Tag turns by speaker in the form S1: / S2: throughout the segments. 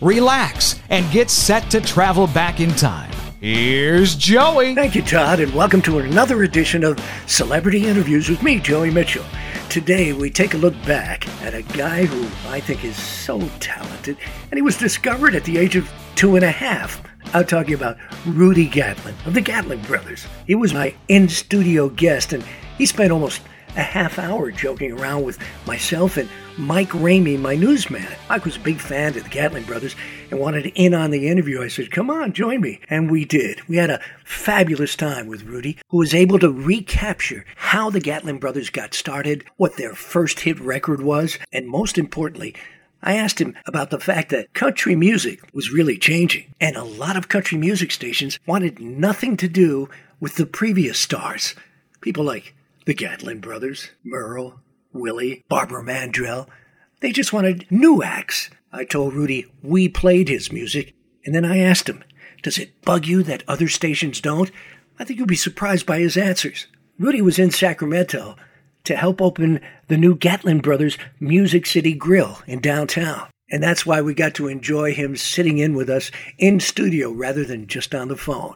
S1: relax, and get set to travel back in time. Here's Joey.
S2: Thank you, Todd, and welcome to another edition of Celebrity Interviews with me, Joey Mitchell. Today, we take a look back at a guy who I think is so talented, and he was discovered at the age of two and a half. I'm talking about Rudy Gatlin of the Gatlin Brothers. He was my in studio guest, and he spent almost a half hour joking around with myself and Mike Ramey, my newsman. Mike was a big fan of the Gatlin brothers and wanted in on the interview. I said, Come on, join me. And we did. We had a fabulous time with Rudy, who was able to recapture how the Gatlin brothers got started, what their first hit record was, and most importantly, I asked him about the fact that country music was really changing, and a lot of country music stations wanted nothing to do with the previous stars. People like the Gatlin brothers, Merle, Willie, Barbara Mandrell. They just wanted new acts. I told Rudy we played his music, and then I asked him, Does it bug you that other stations don't? I think you'll be surprised by his answers. Rudy was in Sacramento to help open the new Gatlin Brothers Music City Grill in downtown. And that's why we got to enjoy him sitting in with us in studio rather than just on the phone.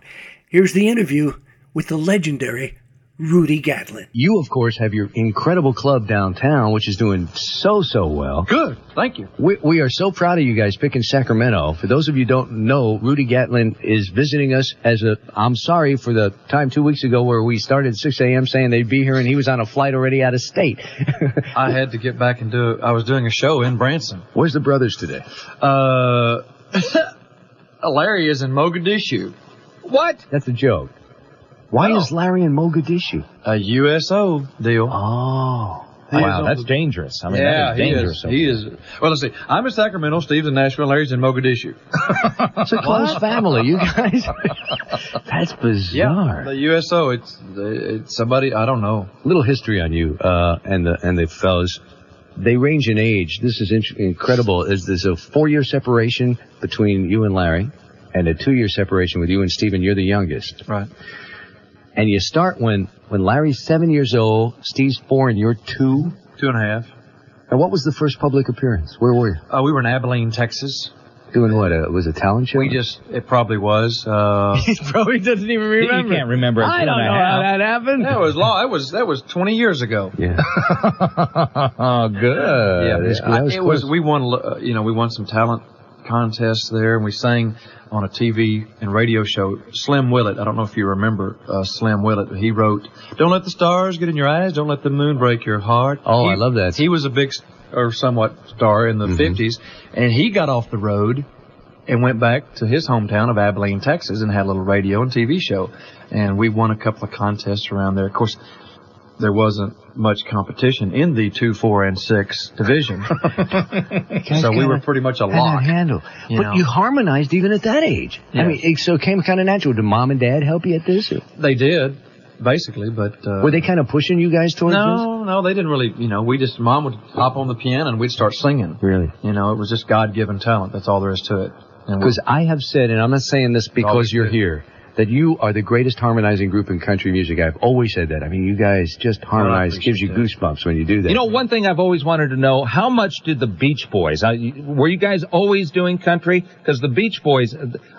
S2: Here's the interview with the legendary Rudy Gatlin.
S3: You, of course, have your incredible club downtown, which is doing so, so well.
S4: Good. Thank you.
S3: We, we are so proud of you guys picking Sacramento. For those of you who don't know, Rudy Gatlin is visiting us as a, I'm sorry for the time two weeks ago where we started at 6 a.m. saying they'd be here and he was on a flight already out of state.
S4: I had to get back and do, I was doing a show in Branson.
S3: Where's the brothers today?
S4: Uh, Larry is in Mogadishu. What?
S3: That's a joke. Why
S4: No.
S3: is Larry in Mogadishu?
S4: A USO deal.
S3: Oh.
S5: Wow, that's dangerous. I mean, that
S4: yeah,
S5: is
S4: he
S5: dangerous.
S4: is. He is. Well, let's see. I'm in Sacramento. Steve's in Nashville. Larry's in Mogadishu.
S3: It's a close family, you guys. that's bizarre.
S4: The USO. It's, it's somebody. I don't know.
S3: little history on you uh, and the and the fellas. They range in age. This is in- incredible. Is there's a four year separation between you and Larry, and a two year separation with you and Steven. You're the youngest,
S4: Right.
S3: and you start when when Larry's seven years old, Steve's four, and you're two.
S4: Two and a half.
S3: And what was the first public appearance? Where were you?
S4: Uh, we were in Abilene, Texas.
S3: Doing what? Uh, was it a talent show?
S4: We just. It probably was. Uh,
S3: he probably doesn't even
S5: You can't remember. I don't know how that happened.
S4: that was long. That was that was 20 years ago.
S3: Yeah.
S5: oh, good.
S4: yeah,
S3: that was-
S4: I-
S3: that was
S4: it was.
S3: close.
S4: We won, uh, you know, we won some talent contests there, and we sang on a TV and radio show. Slim Willett, I don't know if you remember uh, Slim Willett. He wrote, "Don't let the stars get in your eyes. Don't let the moon break your heart."
S3: Oh,
S4: He-
S3: I love that. Mm-hmm.
S4: He was a big s- or somewhat star in the 50s, and he got off the road and went back to his hometown of Abilene, Texas, and had a little radio and TV show. And we won a couple of contests around there. Of course, there wasn't much competition in the two, four, and six division, so we were pretty much a
S3: Had that
S4: lock.
S3: handle.
S4: you
S3: but
S4: know.
S3: you harmonized even at that age. I
S4: Yeah.
S3: mean, it, so it came kind of natural. Did mom and dad help you at this? Or
S4: They did, basically, but uh,
S3: were they kind of pushing you guys towards this?
S4: No, no, they didn't really. You know, we just mom would hop on the piano and we'd start singing.
S3: Really?
S4: You know, it was just God-given talent. That's all there is to it. And we-
S3: Because I have said, and I'm not saying this because
S4: Always
S3: you're
S4: did.
S3: here, that you are the greatest harmonizing group in country music. I've always said that. I mean, you guys just harmonize.
S4: appreciate
S3: gives you
S4: that.
S3: goosebumps when you do that.
S5: You know, one thing I've always wanted to know: how much did the Beach Boys? I, were you guys always doing country? Because the Beach Boys,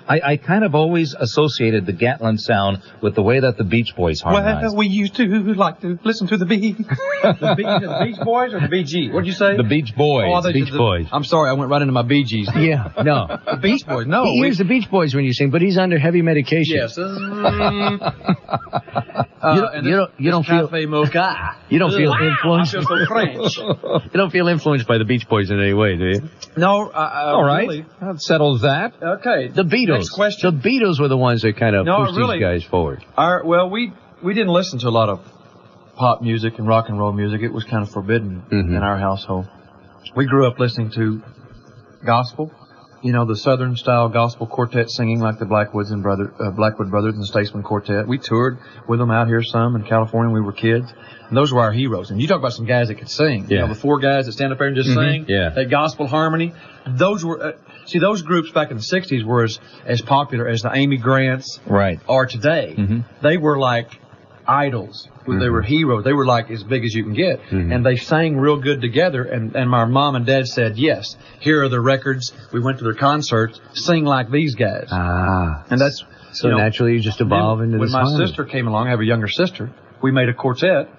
S5: I, I kind of always associated the Gatlin sound with the way that the Beach Boys harmonized.
S4: Well, we used to like to listen to the Bee, the, Bee the Beach Boys or the BG. What'd you say?
S5: the Beach Boys.
S4: Oh, I thought you
S5: Beach
S4: said the-
S5: Boys.
S4: I'm sorry, I went right into my Bee Gees.
S3: yeah, no. Oh,
S4: The Beach Boys. No,
S3: he
S4: we-
S3: hears the Beach Boys when you sing, but he's under heavy medication.
S4: Yes. Mm.
S3: You
S4: uh,
S3: don't-
S4: and
S3: you
S4: this-
S3: don't- you
S4: this
S3: don't feel-
S4: Cafe Mocha.
S3: You don't feel
S4: Wow,
S3: influenced.
S4: I feel so French.
S3: You don't feel influenced by the Beach Boys in any way, do you?
S4: no, I, I
S5: All right,
S4: really-
S5: that settles that.
S4: okay.
S3: The Beatles.
S4: Next question.
S3: The Beatles were the ones that kind of
S4: No,
S3: pushed
S4: really.
S3: these guys forward.
S4: Our, well, we we didn't listen to a lot of pop music and rock and roll music. It was kind
S3: Mm-hmm.
S4: of forbidden in our household. We grew up listening to gospel, you know, the Southern style gospel quartet singing like the Blackwoods and brother, uh, Blackwood Brothers and the Statesman Quartet. We toured with them out here some in California when we were kids. And those were our heroes. And you talk about some guys that could sing.
S3: Yeah.
S4: You
S3: Mm-hmm.
S4: know, the four guys that stand up there and just sing.
S3: yeah.
S4: That gospel harmony. Those were, uh, see, those groups back in the 60s were as, as popular as the Amy Grants
S5: Right.
S4: are today.
S3: Mm-hmm.
S4: They were like idols. They were heroes. They were like as big as you can get.
S3: Mm-hmm.
S4: And they sang real good together. And, and my mom and dad said, yes, here are the records. We went to their concerts. Sing like these guys.
S3: Ah.
S4: and that's
S3: So
S4: you know,
S3: naturally, you just evolve
S4: then
S3: into
S4: when
S3: this.
S4: my
S3: harmony.
S4: sister came along, I have a younger sister. We made a quartet,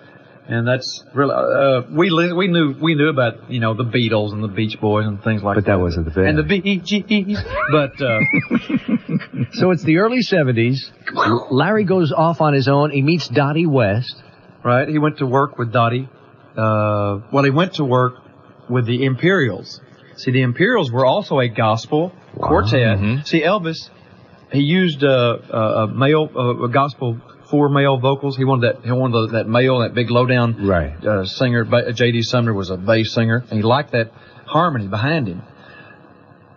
S4: and that's really uh, we li- we knew we knew about you know the Beatles and the Beach Boys and things like
S3: But
S4: that.
S3: that wasn't the band.
S4: And the B.E.G.E.s. but uh,
S3: So it's the early 70s. Larry goes off on his own. He meets Dottie West.
S4: right, he went to work with Dottie. Uh, well, he went to work with the Imperials. See, the Imperials were also a gospel quartet.
S3: Mm-hmm.
S4: See, Elvis, he used uh, uh, a male uh, a gospel for male vocals. He wanted that he wanted that male that big lowdown
S3: Right.
S4: uh, singer. ba- J.D. Sumner was a bass singer, and he liked that harmony behind him.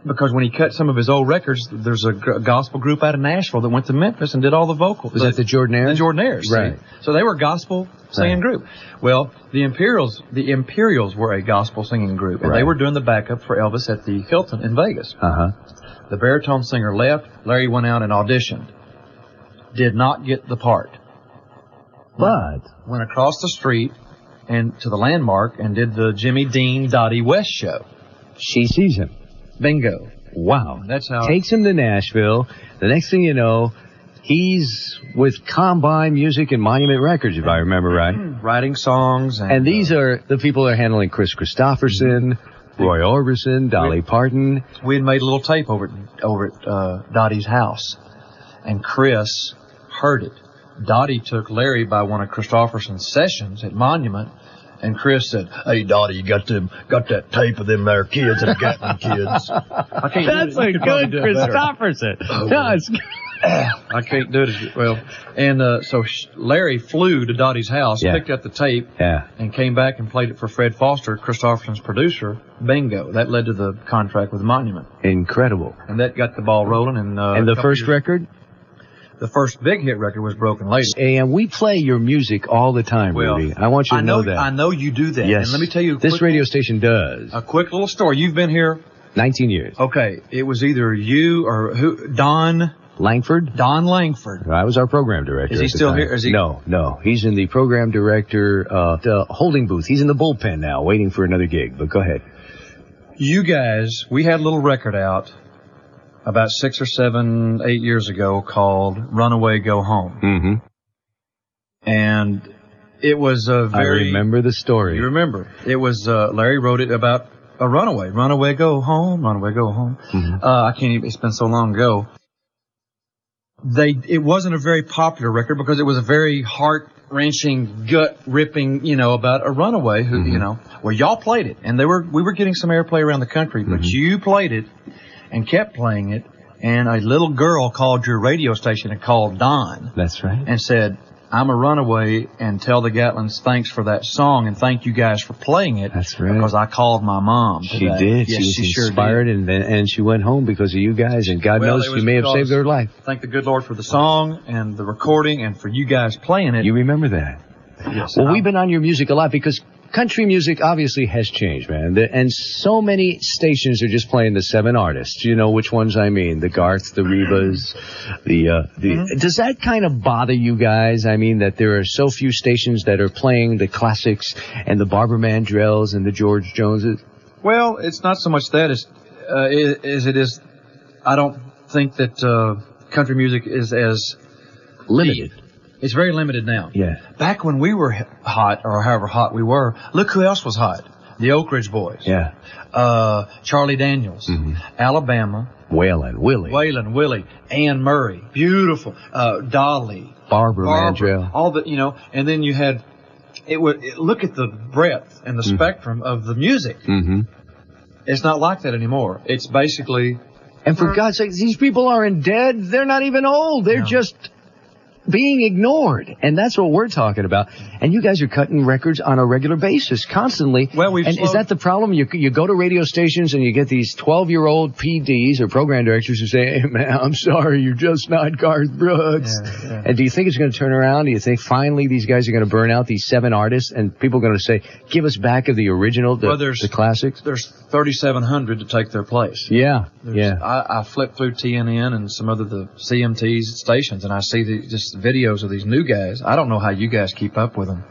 S4: Because when he cut some of his old records, there's a g- gospel group out of Nashville that went to Memphis and did all the vocals.
S3: Was that the Jordanaires?
S4: The Jordanaires, see.
S3: Right.
S4: So they were a gospel singing
S3: Right.
S4: group. Well, the Imperials, the Imperials were a gospel singing group, and they
S3: Right.
S4: were doing the backup for Elvis at the Hilton in Vegas.
S3: Uh huh.
S4: The baritone singer left. Larry went out and auditioned. Did not get the part.
S3: But
S4: Went across the street and to the landmark and did the Jimmy Dean Dottie West show.
S3: she sees him.
S4: Bingo.
S3: Wow.
S4: That's how-
S3: Takes him to Nashville. The next thing you know, he's with Combine Music and Monument Records, if I remember right.
S4: Writing songs and,
S3: And these are the people that are handling Chris Christopherson, Roy Orbison, Dolly Parton.
S4: we had made a little tape over at, over at uh, Dottie's house, and Chris heard it. Dottie took Larry by one of Christofferson's sessions at Monument, and Chris said, "Hey Dottie, you got them, got that tape of them there kids and Gatlin kids." I can't. do it. You could probably do it better.
S3: That's
S4: I can't do it as well. And uh, so sh- Larry flew to Dottie's house,
S3: Yeah.
S4: picked up the tape,
S3: Yeah.
S4: and came back and played it for Fred Foster, Christofferson's producer. Bingo! That led to the contract with Monument.
S3: incredible.
S4: and that got the ball rolling. And uh,
S3: And the
S4: a couple
S3: first
S4: years-
S3: record?
S4: the first big hit record was Broken Lady.
S3: And we play your music all the time, Rudy. I want you to
S4: I know,
S3: that.
S4: I know you do that.
S3: Yes.
S4: And let me tell you, a
S3: this
S4: quick-
S3: radio station does.
S4: a quick little story. You've been here.
S3: 19 years.
S4: Okay, it was either you or who? Don
S3: Langford.
S4: Don Langford.
S3: I was our program director.
S4: Is he
S3: at the
S4: still
S3: time.
S4: here? Is he-
S3: No, no. He's in the program director, uh, the holding booth. He's in the bullpen now, waiting for another gig. But go ahead.
S4: You guys, we had a little record out about six or seven, eight years ago called "Runaway Go Home,"
S3: Mm-hmm.
S4: and it was a
S3: I
S4: very
S3: remember the story.
S4: You remember? It was uh, Larry wrote it about a runaway. Runaway, go home. Runaway, go home. Uh, I can't even. It's been so long ago. They. It wasn't a very popular record because it was a very heart wrenching, gut ripping. You know about a runaway who. You know. Well, y'all played it, and they were. We were getting some airplay around the country, but you played it, and kept playing it. And a little girl called your radio station and called Don
S3: That's right.
S4: and said, I'm a runaway and tell the Gatlins thanks for that song and thank you guys for playing it.
S3: That's right.
S4: Because I called my mom.
S3: She
S4: today.
S3: did.
S4: Yes,
S3: she was
S4: sure
S3: inspired,
S4: did.
S3: and and she went home because of you guys. And God
S4: Well,
S3: knows
S4: it
S3: you
S4: was
S3: may have
S4: because-
S3: saved her life.
S4: Thank the good Lord for the song and the recording and for you guys playing it.
S3: You remember that?
S4: Yes,
S3: Well,
S4: I-
S3: we've been on your music a lot because country music obviously has changed, man. The, and so many stations are just playing the seven artists. You know which ones I mean? The Garths, the Rebas, the uh, the. Does that kind of bother you guys? I mean that there are so few stations that are playing the classics and the Barbara Mandrells and the George Joneses.
S4: Well, it's not so much that as, uh, i- as it is. I don't think that uh, country music is as
S3: Limited.
S4: It's very limited now.
S3: Yeah.
S4: Back when we were h- hot, or however hot we were, look who else was hot. The Oak Ridge Boys.
S3: Yeah.
S4: uh, Charlie Daniels, Alabama,
S3: Waylon, Willie,
S4: Waylon Willie, Ann Murray, beautiful, uh, Dolly,
S3: Barbara,
S4: Barbara,
S3: Mandrell.
S4: all the you know, and then you had it would it, look at the breadth and the spectrum of the music.
S3: Mm-hmm.
S4: It's not like that anymore. It's basically
S3: And for God's sake, these people aren't dead. They're not even old. They're just being ignored. And that's what we're talking about. And you guys are cutting records on a regular basis constantly.
S4: Well, we've
S3: and is
S4: slowed-
S3: that the problem? You, you go to radio stations and you get these 12 year old PDs or program directors who say, hey man, I'm sorry, you're just not Garth Brooks.
S4: Yeah, yeah.
S3: And do you think it's going to turn around? Do you think finally these guys are going to burn out these seven artists and people are going to say, give us back of the original, the,
S4: Well, there's-
S3: the classics?
S4: There's 3,700 to take their place.
S3: Yeah.
S4: There's-
S3: yeah.
S4: I, I flip through TNN and some other the CMTs stations, and I see the, just videos of these new guys. I don't know how you guys keep up with them.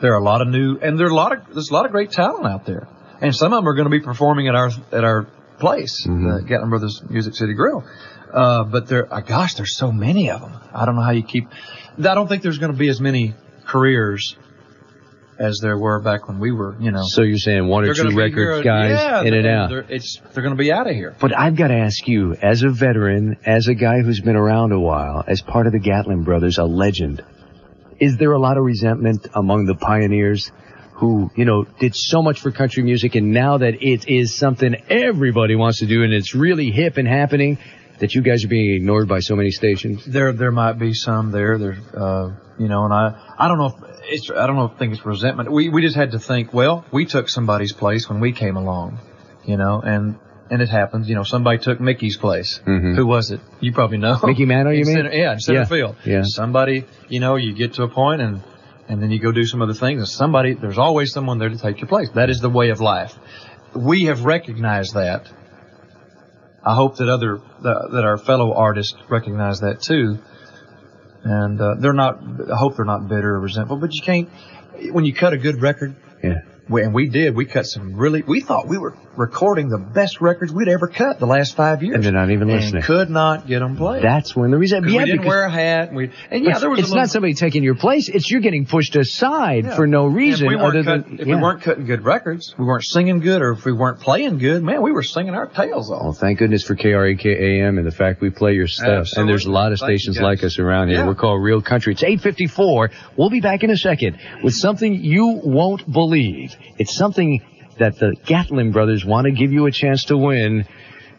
S4: There are a lot of new, and there are a lot of there's a lot of great talent out there, and some of them are going to be performing at our at our place,
S3: Mm-hmm.
S4: the Gatlin Brothers Music City Grill. Uh, but there, uh, gosh, there's so many of them. I don't know how you keep. I don't think there's going to be as many careers as there were back when we were, you know.
S3: So you're saying one or
S4: They're gonna
S3: two
S4: be here-
S3: records guys
S4: yeah,
S3: in and
S4: they're-
S3: out.
S4: They're, it's they're going to be out of here.
S3: But I've got to ask you, as a veteran, as a guy who's been around a while, as part of the Gatlin brothers, a legend, is there a lot of resentment among the pioneers who, you know, did so much for country music and now that it is something everybody wants to do and it's really hip and happening, that you guys are being ignored by so many stations?
S4: There, there might be some there. There, uh, you know, and I, I don't know if it's, I don't know if think it's resentment. We, we just had to think. Well, we took somebody's place when we came along, you know, and and it happens. You know, somebody took Mickey's place. Who was it? You probably know.
S3: Mm-hmm. Mickey Mantle, you
S4: In
S3: mean?
S4: Center, yeah, in center
S3: Yeah,
S4: field.
S3: yeah.
S4: Somebody, you know, you get to a point and and then you go do some other things, and somebody, there's always someone there to take your place. That is the way of life. We have recognized that. I hope that other that, that our fellow artists recognize that too, and uh, they're not. I hope they're not bitter or resentful. But you can't when you cut a good record.
S3: Yeah.
S4: we- And we did. We cut some really. We thought we were recording the best records we'd ever cut the last five years,
S3: And they're not even
S4: And
S3: listening.
S4: could not get them played.
S3: That's when the resentment.
S4: 'Cause
S3: Yeah,
S4: we didn't
S3: because
S4: wear a hat. And we and yeah,
S3: it's,
S4: there was.
S3: it's
S4: a little,
S3: not somebody taking your place. It's you're getting pushed aside
S4: yeah.
S3: for no
S4: And if
S3: reason
S4: we
S3: other
S4: weren't
S3: than
S4: cut- if
S3: Yeah.
S4: we weren't cutting good records, we weren't singing good, or if we weren't playing good, man, we were singing our tails off.
S3: Well, thank goodness for KREKAM and the fact we play your stuff. And
S4: Absolutely.
S3: there's a lot of
S4: Thank you,
S3: stations
S4: guys.
S3: like us around here.
S4: Yeah.
S3: We're called Real Country. It's 854. We'll be back in a second with something you won't believe. It's something that the Gatlin brothers want to give you a chance to win.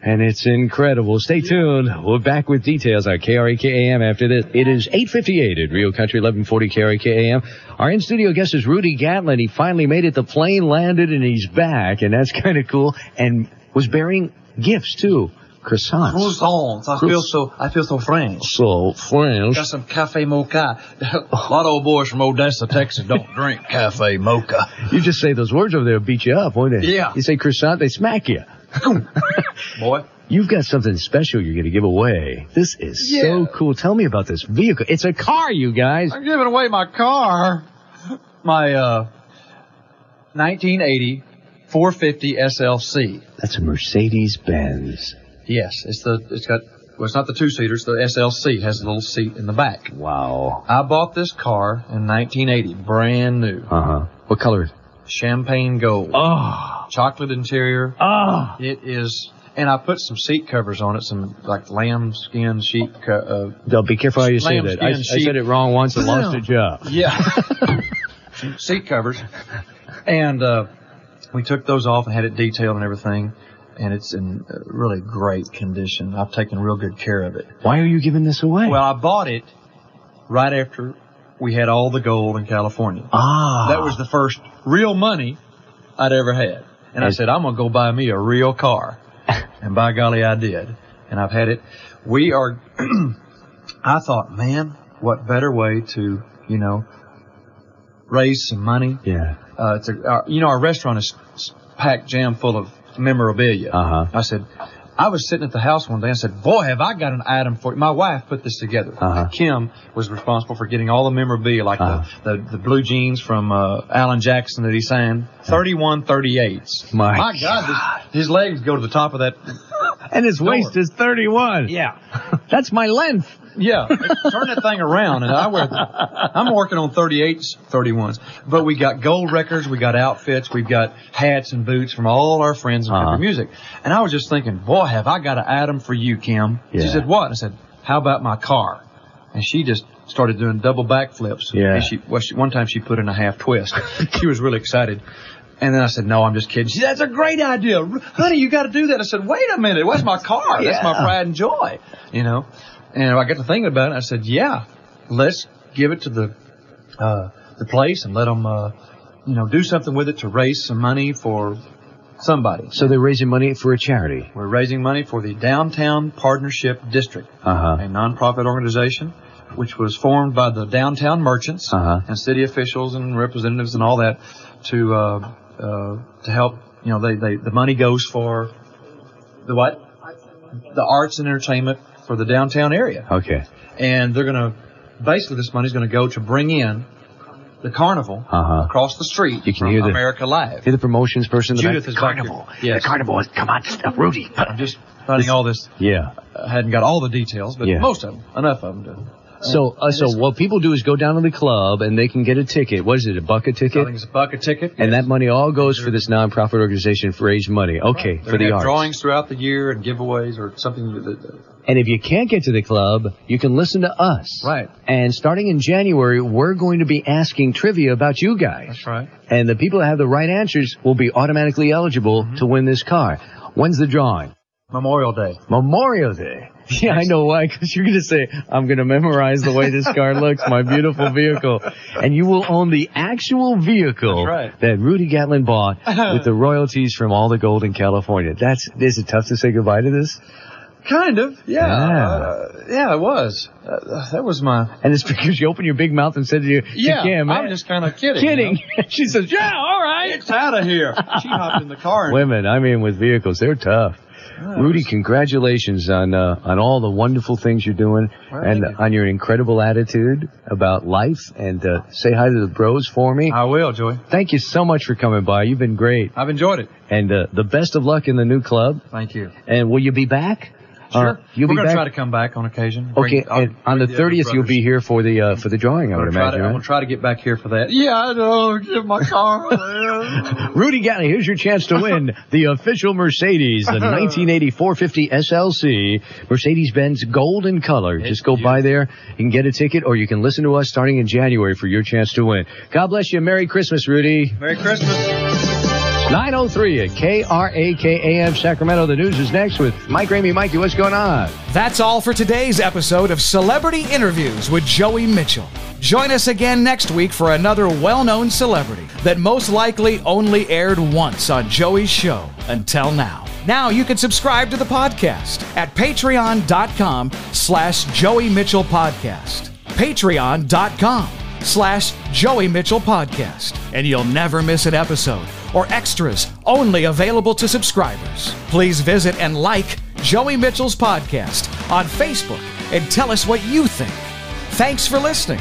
S3: And it's incredible. Stay tuned. We're back with details on E KREKAM after this. It is 858 at Real Country 1140 KREKAM. Our in-studio guest is Rudy Gatlin. He finally made it. The plane landed and he's back. And that's kind of cool. And was bearing gifts too. Croissants.
S4: Croissants. I feel so. I feel so French.
S3: So
S4: Got
S3: French.
S4: some cafe mocha. A lot of old boys from Odessa, Texas, don't drink cafe mocha.
S3: You just say those words over there, beat you up, won't they?
S4: Yeah.
S3: You say croissant, they smack you.
S4: Boy,
S3: You've got something special you're going to give away. This is so
S4: Yeah.
S3: cool. Tell me about this vehicle. It's a car, you guys.
S4: I'm giving away my car. My uh, 1980 450 SLC.
S3: That's a Mercedes Benz.
S4: Yes, it's the. It's got. Well, it's not the two seater. It's the SLC. It has a little seat in the back.
S3: Wow.
S4: I bought this car in 1980, brand new,
S3: Uh huh. What color is it?
S4: champagne gold,
S3: Oh,
S4: chocolate interior.
S3: oh.
S4: It is. And I put some seat covers on it, some like lamb skin sheep. Co- uh,
S3: No, be careful how you say
S4: Lamb
S3: that. I, I
S4: skin sheep.
S3: said it wrong once and lost a
S4: Yeah.
S3: job.
S4: Yeah. uh, Seat covers. And uh, we took those off and had it detailed and everything. And it's in uh, really great condition. I've taken real good care of it.
S3: Why are you giving this away?
S4: Well, I bought it right after we had all the gold in California.
S3: ah,
S4: That was the first real money I'd ever had. And I
S3: And-
S4: said, I'm going to go buy me a real car. and by golly, I did. And I've had it. We are, I thought, man, what better way to, you know, raise some money.
S3: yeah.
S4: Uh, it's a, our, you know, our restaurant is s- packed jam full of memorabilia.
S3: Uh-huh.
S4: I said, I was sitting at the house one day. I said, boy, have I got an item for you. My wife put this together.
S3: Uh-huh.
S4: Kim was responsible for getting all the memorabilia, like the, the, the blue jeans from uh, Alan Jackson that he signed. 31 38s.
S3: Uh-huh. My
S4: God, This, his legs go to the top of that.
S3: And his waist is 31.
S4: Yeah.
S3: That's my length.
S4: Yeah, turn that thing around, and I wear. I'm working on 38s, 31s, but we got gold records, we got outfits, we've got hats and boots from all our friends in
S3: Uh-huh.
S4: country music. And I was just thinking, boy, have I got an item for you, Kim?
S3: Yeah.
S4: She said, what? I said, how about my car? And she just started doing double backflips.
S3: Yeah.
S4: And she, well, she, one time she put in a half twist. she was really excited. And then I said, no, I'm just kidding. She said, that's a great idea. R- Honey, you got to do that. I said, wait a minute. That's my car. That's my
S3: Yeah.
S4: pride and joy, you know. And I got to thinking about it. And I said, yeah, let's give it to the uh, the place and let them, uh, you know, do something with it to raise some money for somebody.
S3: So they're raising money for a charity.
S4: We're raising money for the Downtown Partnership District,
S3: Uh-huh.
S4: a nonprofit organization which was formed by the downtown merchants
S3: Uh-huh.
S4: and city officials and representatives and all that to uh, uh, to help. You know, they, they the money goes for the what? The arts and entertainment for the downtown area
S3: Okay.
S4: and they're going to basically this money's going to go to bring in the carnival
S3: Uh-huh.
S4: across the street
S3: You can
S4: from
S3: hear the-
S4: America Live.
S3: You're the promotions person. in the
S4: Judith
S3: back?
S4: is
S2: Carnival.
S4: Back here. Yes.
S2: The carnival. is- Come on, stop, Rudy.
S4: I'm just finding all this.
S3: Yeah.
S4: I hadn't got all the details, but
S3: Yeah.
S4: most of them, enough of them. To,
S3: So, uh, so what people do is go down to the club and they can get a ticket. What is it? A bucket
S4: I think
S3: ticket?
S4: it's a bucket ticket.
S3: And
S4: yes.
S3: that money all goes for this nonprofit organization for raise money. Okay,
S4: They're
S3: for
S4: gonna
S3: the
S4: have
S3: arts.
S4: drawings throughout the year and giveaways or something. That, that-
S3: And if you can't get to the club, you can listen to us.
S4: Right.
S3: And starting in January, we're going to be asking trivia about you guys.
S4: that's right.
S3: And the people that have the right answers will be automatically eligible
S4: Mm-hmm.
S3: to win this car. When's the drawing?
S4: Memorial Day.
S3: Memorial Day. Yeah, I know why, because you're going to say, I'm going to memorize the way this car looks, my beautiful vehicle. And you will own the actual vehicle
S4: That's right.
S3: that Rudy Gatlin bought with the royalties from all the gold in California. That's, is it tough to say goodbye to this?
S4: Kind of, yeah.
S3: Yeah.
S4: Uh, yeah, it was. Uh, that was my.
S3: And it's because you opened your big mouth and said to you,
S4: Yeah,
S3: you can't, man.
S4: I'm just kind of kidding. you
S3: kidding.
S4: know.
S3: she says, yeah, all right.
S4: It's out of here. She hopped in the car and
S3: Women, I mean, with vehicles, they're tough. Rudy, congratulations on uh, on all the wonderful things you're doing
S4: Well,
S3: and
S4: thank you.
S3: on your incredible attitude about life. And uh, say hi to the bros for me.
S4: I will, Joey.
S3: Thank you so much for coming by. You've been great,
S4: I've enjoyed it.
S3: and uh, the best of luck in the new club.
S4: Thank you.
S3: And will you be back?
S4: Sure.
S3: Uh, you'll
S4: We're
S3: be
S4: gonna
S3: back.
S4: try to come back on occasion.
S3: okay,
S4: Bring- I'll
S3: and on the
S4: bring other
S3: 30th you'll be
S4: brothers.
S3: here for the uh, for the drawing. I
S4: I'm
S3: would
S4: gonna try to-
S3: imagine.
S4: I'm
S3: right?
S4: gonna try to get back here for that. Yeah, I know. Get my car.
S3: Rudy Gatlin, here's your chance to win the official Mercedes, the 1980 450 SLC, Mercedes-Benz gold in color. Just go by there. You can get a ticket or you can listen to us starting in January for your chance to win. God bless you. Merry Christmas, Rudy.
S4: Merry Christmas.
S3: 903 at KRAKAM Sacramento. The news is next with Mike Ramey. Mikey, what's going on?
S1: That's all for today's episode of Celebrity Interviews with Joey Mitchell. Join us again next week for another well known celebrity that most likely only aired once on Joey's show until now. Now you can subscribe to the podcast at patreon.com slash Joey Mitchell Podcast. Patreon.com slash Joey Mitchell Podcast. And you'll never miss an episode or extras only available to subscribers. Please visit and like Joey Mitchell's podcast on Facebook and tell us what you think. Thanks for listening.